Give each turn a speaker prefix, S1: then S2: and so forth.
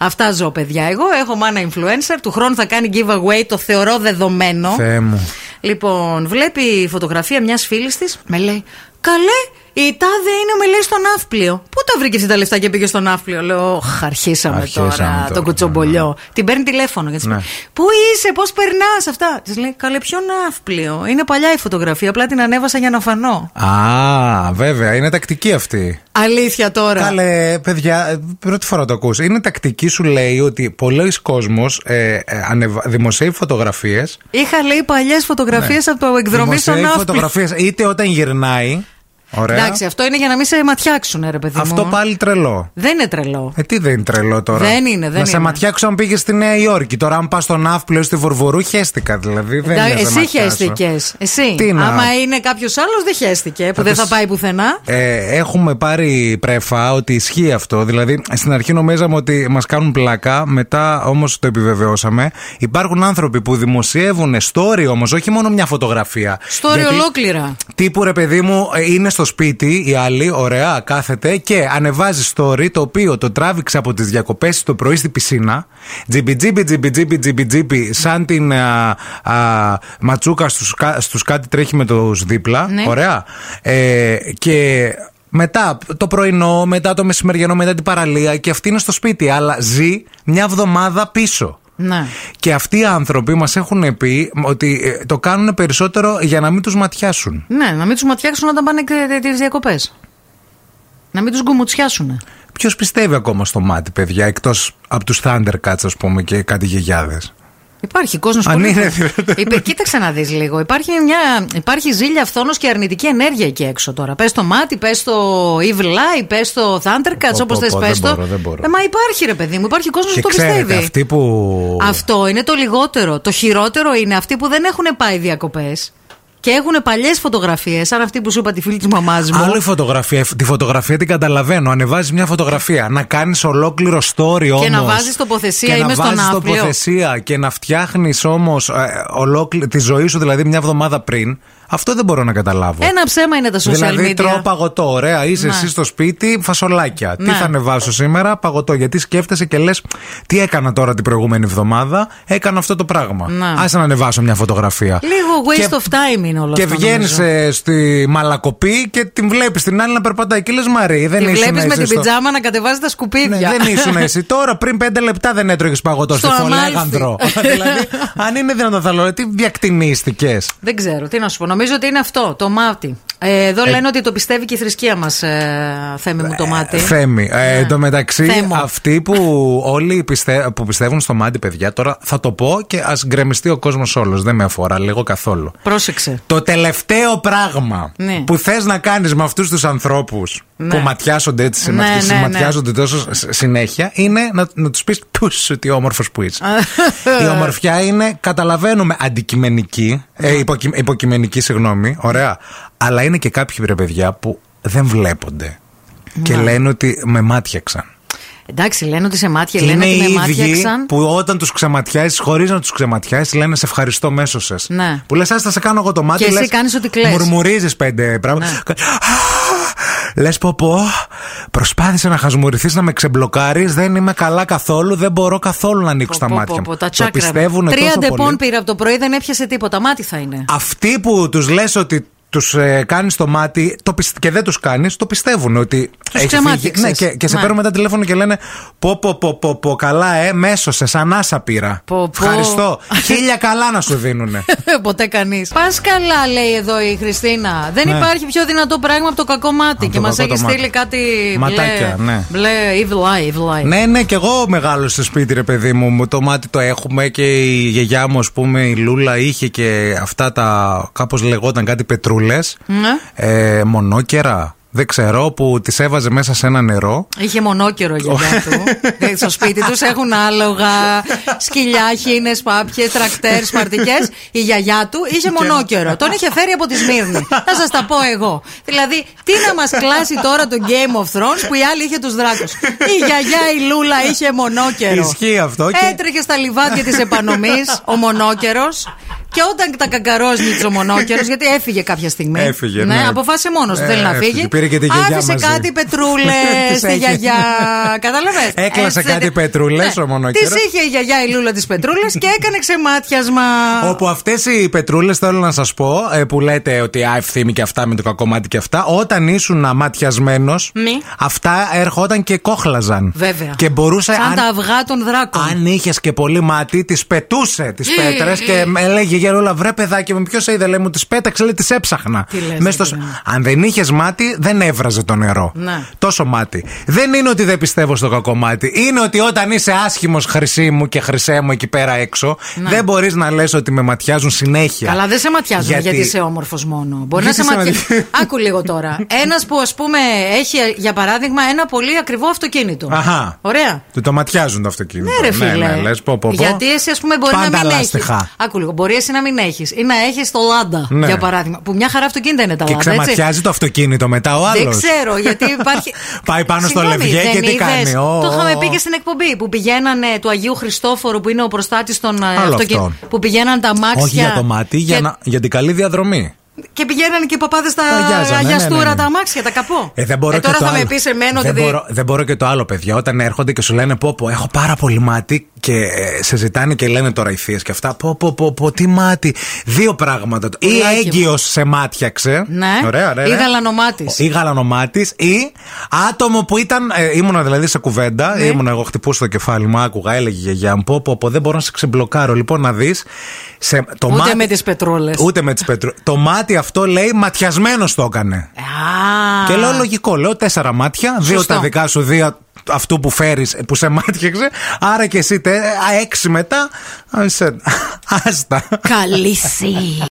S1: Αυτά ζω, παιδιά. Εγώ έχω μάνα influencer. Του χρόνου θα κάνει giveaway. Το θεωρώ δεδομένο.
S2: Θεέ μου.
S1: Λοιπόν, βλέπει φωτογραφία μιας φίλης της. Με λέει, Καλέ, η τάδε είναι με λέει στο ναύπλιο. Πού τα βρήκε αυτά τα λεφτά και πήγε στο ναύπλιο. Λέω, Ωχ, αρχίσαμε,
S2: Αρχίσαμε
S1: τώρα,
S2: τώρα,
S1: τον κουτσομπολιό. Την παίρνει τηλέφωνο. Γιατί της
S2: Ναι.
S1: λέει, Πού είσαι, πώς περνάς αυτά. Της λέει, Καλέ, ποιο ναύπλιο. Είναι παλιά η φωτογραφία. Απλά την ανέβασα για να φανώ.
S2: Α, βέβαια, είναι τακτική αυτή.
S1: Αλήθεια τώρα.
S2: Καλέ, παιδιά, ε, πρώτη φορά το ακούς. Είναι τακτική σου λέει ότι πολλοί κόσμος ε, ε, ανεβα- δημοσιεύει φωτογραφίες.
S1: Είχα λέει παλιές φωτογραφίες
S2: Ναι.
S1: από το εκδρομή στο
S2: Δημοσιεύει
S1: ναύπλιο.
S2: φωτογραφίες είτε όταν γυρνάει. Ωραία.
S1: Εντάξει, αυτό είναι για να μην σε ματιάξουν, ρε παιδί
S2: Αυτό
S1: μου.
S2: πάλι τρελό.
S1: Δεν είναι τρελό.
S2: Ε, τι δεν είναι τρελό τώρα.
S1: Δεν είναι, δεν
S2: Να σε
S1: είναι.
S2: ματιάξω αν πήγες στη Νέα Ιόρκη. Τώρα, αν πας στον Ναύπλιο ή στη Βουρβουρού, χαίστηκα. Δηλαδή, δεν
S1: Εντάξει,
S2: είναι, δεν
S1: εσύ
S2: ματιάζω.
S1: χαίστηκες. Εσύ.
S2: Τι να-
S1: Άμα είναι κάποιος άλλος, δεν χαίστηκε που
S2: Θα
S1: δεν
S2: τους-
S1: θα πάει πουθενά.
S2: Ε, έχουμε πάρει πρέφα ότι ισχύει αυτό. Δηλαδή, στην αρχή νομίζαμε ότι μας κάνουν πλάκα, μετά όμως το επιβεβαιώσαμε. Υπάρχουν άνθρωποι που δημοσιεύουν story όμως, όχι μόνο μια φωτογραφία.
S1: Story
S2: Γιατί
S1: ολόκληρα.
S2: Τύπου ρε παιδί μου, ε, είναι στο σπίτι οι άλλοι, ωραία, κάθεται και ανεβάζει story το οποίο το τράβηξε από τις διακοπές το πρωί στη πισίνα. Τζιμπι τζιμπι τζιμπι τζιμπι τζιμπι τζιμπι, σαν την α, α, ματσούκα στους, κα- στους κάτι τρέχει με τους δίπλα.
S1: Ναι.
S2: Ωραία. Ε, και μετά το πρωινό, μετά το μεσημεριανό, μετά την παραλία και αυτή είναι στο σπίτι, αλλά ζει μια εβδομάδα πίσω.
S1: Ναι.
S2: Και αυτοί οι άνθρωποι μας έχουν πει ότι ε, το κάνουν περισσότερο για να μην τους ματιάσουν.
S1: Ναι, να μην τους ματιάξουν όταν πάνε τις διακοπές. Να μην τους γκουμουτσιάσουν.
S2: Ποιος πιστεύει ακόμα στο μάτι, παιδιά, εκτός από τους Thundercats, ας πούμε, και κάτι γεγιάδε.
S1: Υπάρχει κόσμος
S2: Αν
S1: που.
S2: είναι δυνατόν.
S1: Υπε- Κοίταξε να δεις λίγο. Υπάρχει, μια... Υπάρχει ζήλια φθόνος και αρνητική ενέργεια εκεί έξω τώρα. Πες το μάτι, πες το Evil Eye, πες το Thundercats,
S2: Πω,
S1: όπως
S2: πω,
S1: θες
S2: πω,
S1: πες
S2: δεν
S1: το.
S2: μπορώ, δεν μπορώ.
S1: Ε, μα υπάρχει ρε παιδί μου, υπάρχει κόσμος που
S2: Και
S1: το
S2: ξέρετε,
S1: πιστεύει.
S2: αυτοί που.
S1: Αυτό είναι το λιγότερο. Το χειρότερο είναι αυτοί που δεν έχουν πάει διακοπές και έχουν παλιές φωτογραφίες, σαν αυτή που σου είπα τη φίλη της μαμάς μου.
S2: Άλλο η φωτογραφία. Τη φωτογραφία την καταλαβαίνω. Ανεβάζεις μια φωτογραφία. Να κάνεις ολόκληρο story όμω.
S1: να βάζεις τοποθεσία,
S2: Και
S1: είμαι
S2: να
S1: στον
S2: βάζεις
S1: Ναύπλιο.
S2: τοποθεσία και να φτιάχνεις όμως τη ζωή σου, δηλαδή μια εβδομάδα πριν. Αυτό δεν μπορώ να καταλάβω.
S1: Ένα ψέμα είναι τα social
S2: Δηλαδή
S1: media.
S2: τρώω παγωτό. Ωραία, είσαι
S1: Ναι.
S2: εσύ στο σπίτι, φασολάκια. Τι
S1: Ναι.
S2: θα ανεβάσω σήμερα, παγωτό. Γιατί σκέφτεσαι και λες, τι έκανα τώρα την προηγούμενη εβδομάδα, έκανα αυτό το πράγμα.
S1: Ναι.
S2: Άσε να ανεβάσω μια φωτογραφία.
S1: Λίγο waste
S2: Και-
S1: of time είναι όλο
S2: Και ε,
S1: αυτό.
S2: βγαίνεις
S1: νομίζω.
S2: στη μαλακοπή και την βλέπεις την άλλη να περπατάει. Και λες Μαρή,
S1: Τη
S2: δεν ήσουν
S1: βλέπεις με
S2: εσύ
S1: την
S2: στο-
S1: πιτζάμα να κατεβάζει τα σκουπίδια.
S2: Ναι, δεν ήσουν εσύ. Τώρα πριν πέντε λεπτά δεν έτρωγες παγωτό στη
S1: Στο
S2: φωλέγανδρο.
S1: Αμάλφι.
S2: δηλαδή, αν είναι δυνατόν θα λέω, «Ε, τι διακτηνίστηκε.
S1: Δεν ξέρω, τι να σου πω. Νομίζω ότι είναι αυτό, το μάτι. Ε, εδώ λένε ότι το πιστεύει και η θρησκεία μας, ε, Θέμη μου, το μάτι.
S2: Θέμη. Ε, εν τω μεταξύ,
S1: Θέμο.
S2: αυτοί που όλοι πιστε- που πιστεύουν στο μάτι, παιδιά, τώρα θα το πω και ας γκρεμιστεί ο κόσμος όλος. Δεν με αφορά λίγο καθόλου.
S1: Πρόσεξε.
S2: Το τελευταίο πράγμα
S1: Ναι.
S2: που θες να κάνεις με αυτούς τους ανθρώπους
S1: Ναι.
S2: που ματιάζονται έτσι,
S1: Ναι,
S2: ναι,
S1: ναι, ναι.
S2: ματιάζονται τόσο σ- συνέχεια, είναι να, να τους πεις του ότι όμορφος που είσαι. Η ομορφιά είναι, καταλαβαίνουμε, αντικειμενική, ε, υποκει- υποκειμενική, συγγνώμη, ωραία. Αλλά είναι και κάποιοι ρε παιδιά που δεν βλέπονται. Και
S1: Ναι.
S2: λένε ότι με μάτιαξαν.
S1: Εντάξει, λένε ότι σε μάτια,
S2: είναι
S1: λένε
S2: οι
S1: ότι με
S2: ίδιοι
S1: μάτιαξαν.
S2: που όταν τους ξεματιάζει, χωρίς να τους ξεματιάσεις, λένε σε ευχαριστώ μέσω σας.
S1: Ναι.
S2: Που λες, α θα σε κάνω εγώ το μάτι.
S1: Και εσύ
S2: λες,
S1: κάνεις ότι κλαις. Ναι.
S2: Μουρμουρίζεις πέντε πράγματα. Λες, πω πω, προσπάθησε να χασμουριθείς, να με ξεμπλοκάρεις. Δεν είμαι καλά καθόλου, δεν μπορώ καθόλου να ανοίξω τα
S1: Πω, πω,
S2: μάτια.
S1: πω,
S2: μου.
S1: πω, τα
S2: Το
S1: τσάκρα.
S2: πιστεύουν
S1: Τρία
S2: τόσο
S1: ντεπών
S2: πολύ.
S1: πήρε από το πρωί, δεν έπιασε τίποτα. Μάτι θα είναι.
S2: Αυτοί που τους λες ότι τους ε, κάνεις το μάτι το πιστε- και δεν τους κάνεις, το πιστεύουν ότι. έχει φύγει.
S1: ξεμάτιξες.
S2: Ναι, και, και σε
S1: Ναι.
S2: παίρνουν μετά τηλέφωνο και λένε Πω, πω, πω, πω, πω καλά, ε, μέσω σε, σαν άσα πήρα.
S1: Πω, πω.
S2: Ευχαριστώ. Χίλια καλά να σου δίνουνε.
S1: Ποτέ κανείς. Πας καλά, λέει εδώ η Χριστίνα. Δεν
S2: Ναι.
S1: υπάρχει πιο δυνατό πράγμα από το κακό μάτι.
S2: Από
S1: και
S2: το
S1: μας
S2: κακό
S1: έχει
S2: το μάτι.
S1: στείλει κάτι.
S2: Ματάκια,
S1: μπλε,
S2: ναι.
S1: Μπλε, evil eye, evil eye.
S2: ναι, ναι, και εγώ μεγάλο στο σπίτι, ρε παιδί μου. Μου Το μάτι το έχουμε και η γιαγιά μου, ας πούμε, η Λούλα είχε και αυτά τα. Κάπως λεγόταν κάτι πετρούλε.
S1: Ναι.
S2: Ε, μονόκερα. Δεν ξέρω, που τις έβαζε μέσα σε ένα νερό.
S1: Είχε μονόκερο η γιαγιά του. Ε, Στο σπίτι τους έχουν άλογα, σκυλιά, χίνε, πάπιε, τρακτέρ, σπαρτικές. Η γιαγιά του είχε μονόκερο. Τον είχε φέρει από τη Σμύρνη. Θα σας τα πω εγώ. Δηλαδή, τι να μας κλάσει τώρα το Game of Thrones που η άλλη είχε τους δράκους. Η γιαγιά η Λούλα είχε μονόκερο.
S2: Ισχύει αυτό και-
S1: Έτρεχε στα λιβάδια της επανομής ο μονόκερος. Και όταν τα καγκαρόζνει τη ο μονόκερο, γιατί έφυγε κάποια στιγμή.
S2: Έφυγε,
S1: ναι.
S2: ναι.
S1: Άφησε μόνος του,
S2: Ε,
S1: θέλει να
S2: έφυγε.
S1: φύγει.
S2: Πήρε και τη γιαγιά
S1: Άφησε
S2: μαζί.
S1: κάτι πετρούλες
S2: Τις
S1: στη
S2: έχει.
S1: γιαγιά. Κατάλαβες.
S2: Έκλασε κάτι πετρούλες ο μονόκερος.
S1: Τη Ναι. είχε η γιαγιά η Λούλα τη πετρούλες και έκανε ξεμάτιασμα.
S2: Όπου αυτές οι πετρούλες, θέλω να σας πω, ε, που λέτε ότι α, ευθύμη και αυτά με το κακό μάτι και αυτά, όταν ήσουν αματιασμένο,
S1: Μη.
S2: αυτά ερχόταν και κόχλαζαν.
S1: Ναι. Βέβαια.
S2: Και μπορούσε,
S1: Σαν τα
S2: αν,
S1: αυγά των δράκων.
S2: αν είχες και πολύ μάτι, τις πετούσε τις
S1: Ε,
S2: πέτρες και με λέγε γερούλα, βρε παιδάκι μου, ποιος είδε, λέει μου, τις πέταξε, λέει, τις έψαχνα.
S1: Τι λες,
S2: Μες στο
S1: ρε
S2: σ-
S1: παιδί μου.
S2: Αν δεν είχες μάτι, δεν έβραζε το νερό.
S1: Ναι.
S2: Τόσο μάτι. Δεν είναι ότι δεν πιστεύω στο κακό μάτι. Είναι ότι όταν είσαι άσχημος χρυσή μου και χρυσέ μου εκεί πέρα έξω, δεν μπορείς να λες ότι με ματιάζουν συνέχεια.
S1: Ναι. Καλά, δεν σε ματιάζουν γιατί,
S2: Γιατί-
S1: είσαι όμορφος μόνο. Μπορεί
S2: Γιατί
S1: να σε
S2: σε
S1: ματιάζουν.
S2: ματι-
S1: Άκου λίγο τώρα. Ένας που ας πούμε έχει για παράδειγμα ένα πολύ ακριβό αυτοκίνητο.
S2: Αχα.
S1: Ωραία.
S2: Του το ματιάζουν το αυτοκίνητο.
S1: Ναι, ρε φίλε.
S2: Ναι, ναι, λες, πω, πω, πω.
S1: Γιατί εσύ, ας πούμε, μπορεί
S2: Πάντα
S1: να μην έχει.
S2: λάστιχα.
S1: Άκου λίγο. Μπορεί εσύ να μην έχεις ή να έχεις το Λάντα,
S2: Ναι.
S1: για παράδειγμα. Που μια χαρά αυτοκίνητα είναι τα
S2: Και
S1: Λάντα. Έτσι.
S2: ξεματιάζει το αυτοκίνητο μετά ο άλλο.
S1: Δεν ξέρω γιατί υπάρχει.
S2: Πάει πάνω στο
S1: Συγγνώμη,
S2: Λευγέ
S1: δεν
S2: και τι
S1: είδες?
S2: κάνει. Ω,
S1: Το
S2: ω,
S1: είχαμε
S2: ω.
S1: πει και στην εκπομπή που πηγαίνανε του Αγίου Χριστόφορου που είναι ο προστάτης των ε,
S2: Άλλο
S1: αυτοκι-
S2: αυτό.
S1: Που πηγαίναν τα μάξια.
S2: Όχι για το μάτι, για,
S1: και-
S2: να, για την καλή διαδρομή.
S1: Και πηγαίνανε και οι παπάδες τα
S2: Τα γιάζανε,
S1: αγιαστούρα,
S2: ναι, ναι, ναι.
S1: τα αμάξια, τα καπό.
S2: Ε, δεν μπορώ
S1: τώρα
S2: και το
S1: θα
S2: άλλο.
S1: με πεις εμένα ότι.
S2: δεν, μπορώ, δεν μπορώ και το άλλο, παιδιά. Όταν έρχονται και σου λένε πω, πω έχω πάρα πολύ μάτι και ε, σε ζητάνε και λένε τώρα οι θείες και αυτά. Πω, πω, πω, πω, τι μάτι. Δύο πράγματα. Ή
S1: Πουλάκι μου.
S2: έγκυος σε μάτιαξε.
S1: Ναι.
S2: Ωραία, ωραία.
S1: Ή
S2: ωραία.
S1: γαλανομάτης.
S2: Ή γαλανομάτης. Ή άτομο που ήταν. Ε, ήμουνα δηλαδή σε κουβέντα.
S1: Ναι.
S2: Ήμουνα εγώ χτυπούσα το κεφάλι μου, άκουγα, έλεγε η γιαγιά μου. Πω, πω, πω, δεν μπορώ να σε ξεμπλοκάρω. Λοιπόν, να δεις. Το
S1: Ούτε
S2: μάτι-
S1: με τις πετρόλες.
S2: Ούτε με τις πετρού. Το μάτι αυτό λέει ματιασμένος το έκανε. Και λέω λογικό, λέω τέσσερα μάτια, δύο
S1: Σωστό.
S2: τα δικά σου, δύο αυτού που φέρεις, που σε μάτιαξε. Άρα και εσύ τε, α, έξι μετά. α, σε- Άστα.
S1: Καλύση.